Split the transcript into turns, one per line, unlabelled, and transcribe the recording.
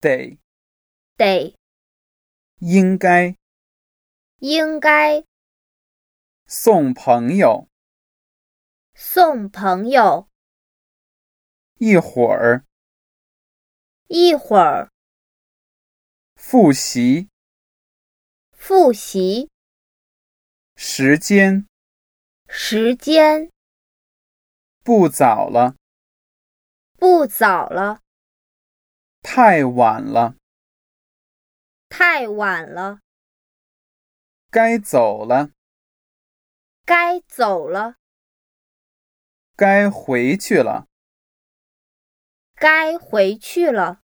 得
得
应该
应该
送朋友
送朋友
一会儿
一会儿
复习
复习
时间
时间
不早了，
不早了，
太晚了，
太晚了，
该走了，
该走了，
该回去了。
该回去了。